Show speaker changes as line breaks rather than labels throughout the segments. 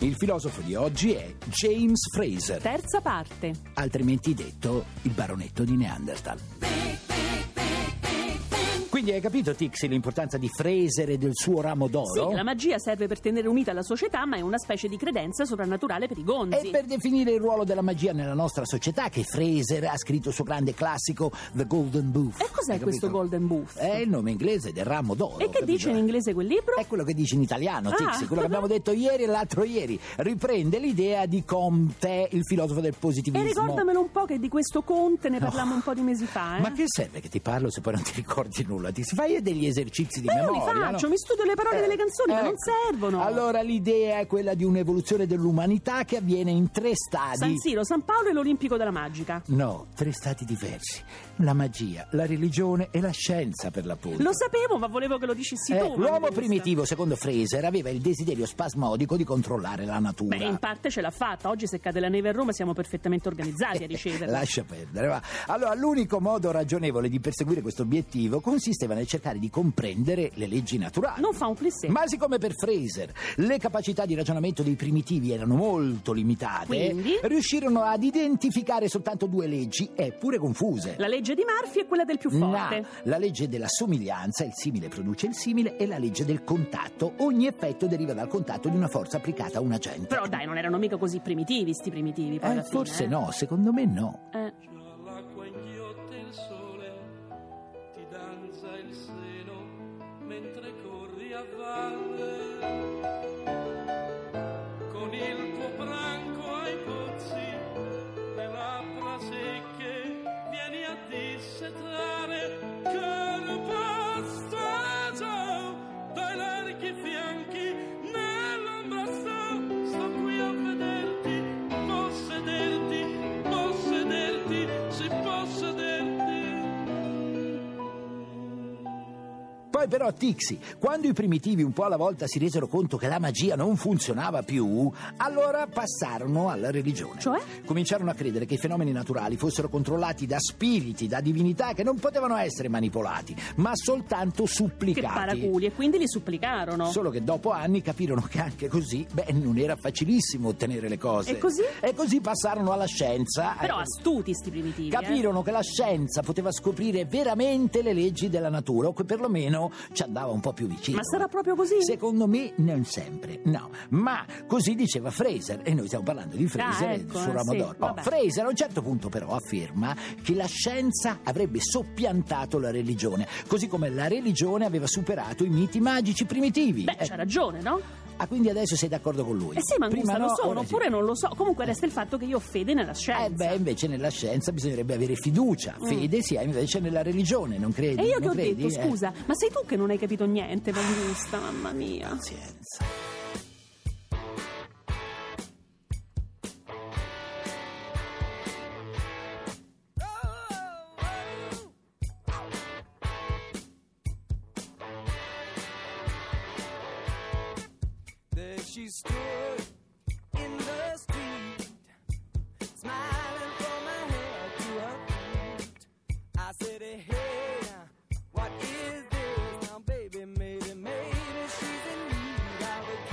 Il filosofo di oggi è James Fraser,
Terza parte.
altrimenti detto il baronetto di Neanderthal. Quindi hai capito, Tixi, l'importanza di Fraser e del suo ramo d'oro?
Sì, la magia serve per tenere unita la società, ma è una specie di credenza soprannaturale per i gonzi.
E per definire il ruolo della magia nella nostra società che Fraser ha scritto il suo grande classico The Golden Booth.
E cos'è
Hai capito?
questo Golden Booth?
È il nome inglese del ramo d'oro.
e che
capito?
dice in inglese quel libro?
È quello che dice in italiano,
Ah.
Tixi, quello che abbiamo detto ieri e l'altro ieri. Riprende l'idea di Comte, il filosofo del
E
positivismo.
ricordamelo un po' che di questo Conte ne parlammo un po' di mesi fa, eh?
Ma che serve che ti parlo se poi non ti ricordi nulla? Ti fai degli esercizi di
Ma Eh, io li
memoria.
faccio,
no? Eh, ecco.
mi studio le parole delle canzoni, ma non servono.
Allora l'idea è quella di un'evoluzione dell'umanità che avviene in tre stadi.
San Siro, San Paolo e l'Olimpico della Magica.
No, tre stati diversi: la magia, la religione e la scienza, per l'appunto.
Lo sapevo, ma volevo che lo dicessi
Eh,
tu.
l'uomo
Mangusta.
primitivo, secondo Fraser, aveva il desiderio spasmodico di controllare la natura.
Beh, in parte ce l'ha fatta. Oggi, se cade la neve a Roma, siamo perfettamente organizzati
Eh,
a riceverla.
Lascia perdere. va. Allora, l'unico modo ragionevole di perseguire questo obiettivo consisteva nel cercare di comprendere le leggi naturali.
Non fa un plissé.
Ma siccome per Fraser le capacità di ragionamento dei primitivi erano molto limitate,
Quindi?
riuscirono ad identificare soltanto due leggi, eppure confuse.
La legge di Murphy è quella del più
No,
forte.
la legge della somiglianza, il simile produce il simile, e la legge del contatto. Ogni effetto deriva dal contatto di una forza applicata a un agente.
Però dai, non erano mica così primitivi, sti primitivi. Poi
Eh,
alla fine,
forse
eh.
no, secondo me no.
Eh,
Tra l'acqua inghiotte il sole, ti danza il seno mentre corri a valle. Con il tuo branco ai pozzi, le labbra secche, vieni a dissetare. Caro pastaggio, dai larghi fianchi, nell'ombra sto, sto qui a vederti, possederti, possederti, si possederti.
Poi però Tixi, quando i primitivi un po' alla volta si resero conto che la magia non funzionava più, allora passarono alla religione.
Cioè?
Cominciarono a credere che i fenomeni naturali fossero controllati da spiriti, da divinità che non potevano essere manipolati, ma soltanto
che
supplicati.
paraculi. E quindi li supplicarono.
Solo che dopo anni capirono che anche così, beh, non era facilissimo ottenere le cose.
E così?
E così passarono alla scienza.
Però
Eh,
astuti sti primitivi. eh.
Capirono che la scienza poteva scoprire veramente le leggi della natura, o che perlomeno ci andava un po' più vicino.
Ma sarà proprio così?
Secondo me non sempre, no. Ma così diceva Fraser, e noi stiamo parlando di Fraser
Ah,
e del
ecco,
suo
eh,
ramo
sì,
d'oro.
vabbè.
Fraser a un certo punto però afferma che la scienza avrebbe soppiantato la religione, così come la religione aveva superato i miti magici primitivi.
Beh,
Eh,
c'ha ragione, no?
ah, quindi adesso sei d'accordo con lui?
Eh sì, ma
Prima
Mangusta, lo
no,
sono,
ora sì.
oppure non lo so. Comunque resta il fatto che io ho fede nella scienza.
Eh beh, invece nella scienza bisognerebbe avere fiducia, fede si ha invece nella religione, non credi?
Mm. E io che
Non
ho
credi?
detto,
Eh,
scusa, ma sei tu che non hai capito niente, Mangusta, mamma mia.
Pazienza.
There she stood in the street, smiling from my head to her feet. I said, Hey, what is this? Now, baby, maybe, maybe she's in need of a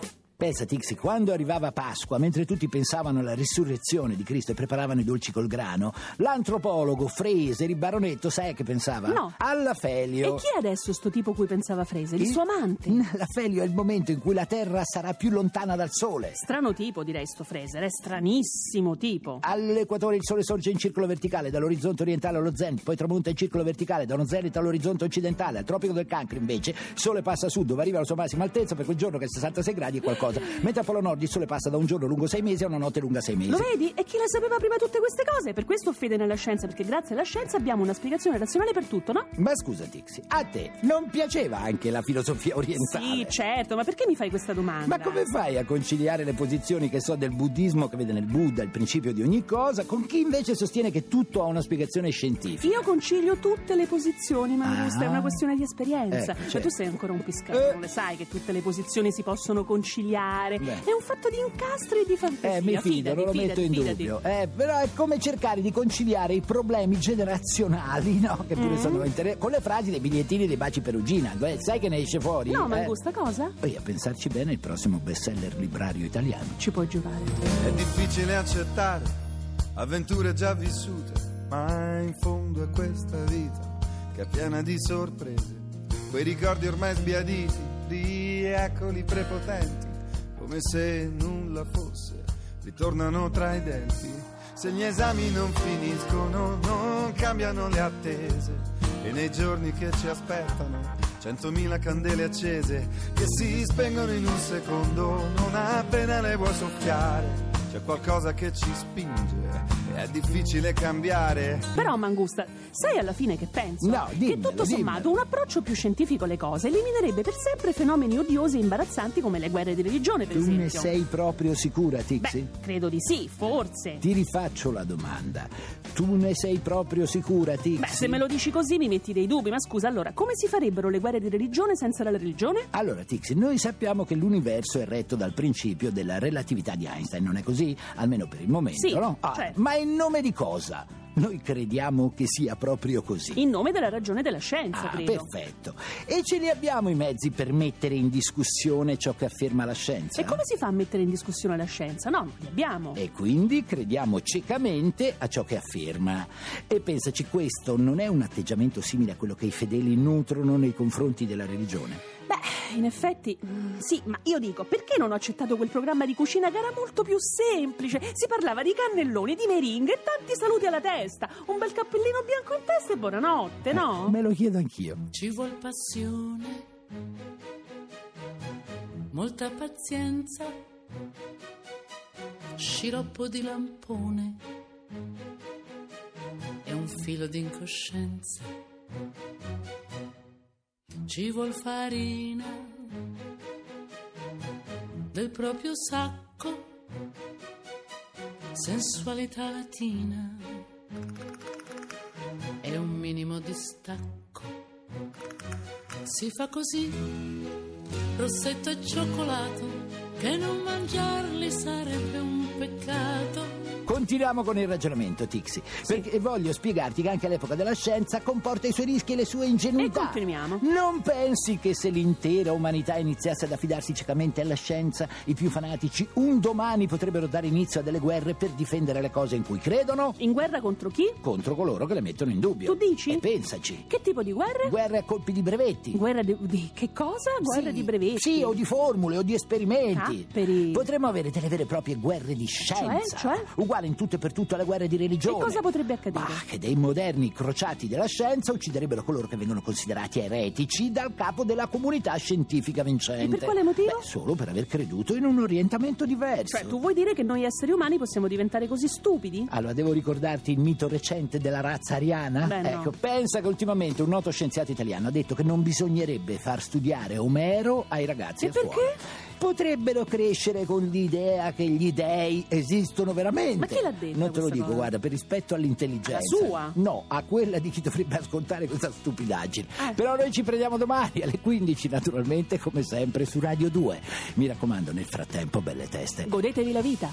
kiss.
Pensa Tixi, quando arrivava Pasqua, mentre tutti pensavano alla risurrezione di Cristo e preparavano i dolci col grano, l'antropologo Fraser, il baronetto, sai che pensava?
No.
Alla
E
Felio.
chi è adesso sto tipo cui pensava Fraser? Il, suo amante?
La Felio è il momento in cui la Terra sarà più lontana dal Sole.
Strano tipo, direi sto Fraser, è stranissimo tipo.
All'equatore il sole sorge in circolo verticale dall'orizzonte orientale allo zenit, poi tramonta in circolo verticale da uno zenit all'orizzonte occidentale. Al tropico del cancro invece il sole passa a sud dove arriva alla sua massima altezza per quel giorno che è 66 gradi e qualcosa. cosa. Mentre a Polo Nord il sole passa da un giorno lungo sei mesi a una notte lunga sei mesi.
Lo vedi? E chi le sapeva prima tutte queste cose? Per questo ho fede nella scienza, perché grazie alla scienza abbiamo una spiegazione razionale per tutto, no?
Ma scusa Tixi, a te non piaceva anche la filosofia orientale?
Sì, certo, ma perché mi fai questa domanda?
Ma come fai a conciliare le posizioni che so del buddismo che vede nel Buddha il principio di ogni cosa con chi invece sostiene che tutto ha una spiegazione scientifica?
Io concilio tutte le posizioni, Mangusta,
Ah.
è una questione di esperienza.
Ecco,
Ma
certo.
tu sei ancora un piscatore,
Eh.
sai che tutte le posizioni si possono conciliare.
Beh.
È un fatto di incastri e di fantasia.
Eh, mi fido,
Fidati,
non lo
fidati,
metto in
fidati.
dubbio. Eh, però è come cercare di conciliare i problemi generazionali, no? Che
Mm.
pure sono interessanti, con le frasi dei bigliettini dei baci perugina. Beh, sai che ne esce fuori?
No,
Eh.
Mangusta, cosa?
Poi a pensarci bene, il prossimo bestseller librario italiano.
Ci puoi giocare.
È difficile accettare avventure già vissute, ma in fondo è questa vita che è piena di sorprese. Quei ricordi ormai sbiaditi, rieccoli prepotenti, come se nulla fosse, ritornano tra i denti. Se gli esami non finiscono, non cambiano le attese. E nei giorni che ci aspettano, centomila candele accese che si spengono in un secondo, non appena le vuoi soffiare. C'è qualcosa che ci spinge, e è difficile cambiare.
Però, Mangusta, sai alla fine che penso?
No,
che
dimmelo,
tutto sommato
dimmelo.
un approccio più scientifico alle cose eliminerebbe per sempre fenomeni odiosi e imbarazzanti come le guerre di religione, per
Tu ne
esempio.
sei proprio sicura, Tixi?
Beh, credo di sì, forse.
Ti rifaccio la domanda. Tu ne sei proprio sicura, Tixi?
Beh, se me lo dici così mi metti dei dubbi, ma scusa, allora, come si farebbero le guerre di religione senza la religione?
Allora, Tixi, noi sappiamo che l'universo è retto dal principio della relatività di Einstein, non è così? Almeno per il momento,
Sì,
no? Ah,
certo.
Ma in nome di cosa? Noi crediamo che sia proprio così.
In nome della ragione e della scienza,
Ah,
credo.
perfetto. E ce li abbiamo i mezzi per mettere in discussione ciò che afferma la scienza?
E come si fa a mettere in discussione la scienza? No, non li abbiamo.
E quindi crediamo ciecamente a ciò che afferma. E pensaci, questo non è un atteggiamento simile a quello che i fedeli nutrono nei confronti della religione.
Beh, in effetti, mm, sì, ma io dico, perché non ho accettato quel programma di cucina che era molto più semplice? Si parlava di cannelloni, di meringhe e tanti saluti alla testa, un bel cappellino bianco in testa e buonanotte, no?
Eh, Me lo chiedo anch'io.
Ci vuol passione, molta pazienza, sciroppo di lampone e un filo d'incoscienza. Ci vuol farina del proprio sacco, sensualità latina e un minimo di stacco. Si fa così, rossetto e cioccolato, che non mangiarli sarebbe un peccato.
Continuiamo con il ragionamento, Tixi, perché voglio spiegarti che anche all'epoca della scienza comporta i suoi rischi e le sue ingenuità.
E continuiamo.
Non pensi che se l'intera umanità iniziasse ad affidarsi ciecamente alla scienza, i più fanatici un domani potrebbero dare inizio a delle guerre per difendere le cose in cui credono
In guerra contro chi?
contro coloro che le mettono in dubbio.
Tu dici?
E pensaci.
Che tipo di guerre?
Guerre a colpi di brevetti.
Guerra di, di- che cosa? Guerra
Sì.
di brevetti.
Sì, o di formule o di esperimenti.
Capperi.
Potremmo avere delle vere e proprie guerre di scienza.
cioè?
Uguale in tutto e per tutto alle guerre di religione.
E cosa potrebbe accadere?
Ma che dei moderni crociati della scienza ucciderebbero coloro che vengono considerati eretici dal capo della comunità scientifica vincente.
E per quale motivo?
Beh, solo per aver creduto in un orientamento diverso.
Cioè, tu vuoi dire che noi esseri umani possiamo diventare così stupidi?
Allora, devo ricordarti il mito recente della razza ariana?
Beh, no.
ecco, pensa che ultimamente un noto scienziato italiano ha detto che non bisognerebbe far studiare Omero ai ragazzi
E
a
perché?
scuola. Potrebbero crescere con l'idea che gli dei esistono veramente.
Ma chi l'ha detto
Non te lo
questa
dico,
cosa?
guarda, per rispetto all'intelligenza.
Alla sua?
No, a quella di chi dovrebbe ascoltare questa stupidaggine.
Eh.
Però noi ci prendiamo domani alle 15, naturalmente, come sempre, su Radio 2. Mi raccomando, nel frattempo, belle teste.
Godetevi la vita.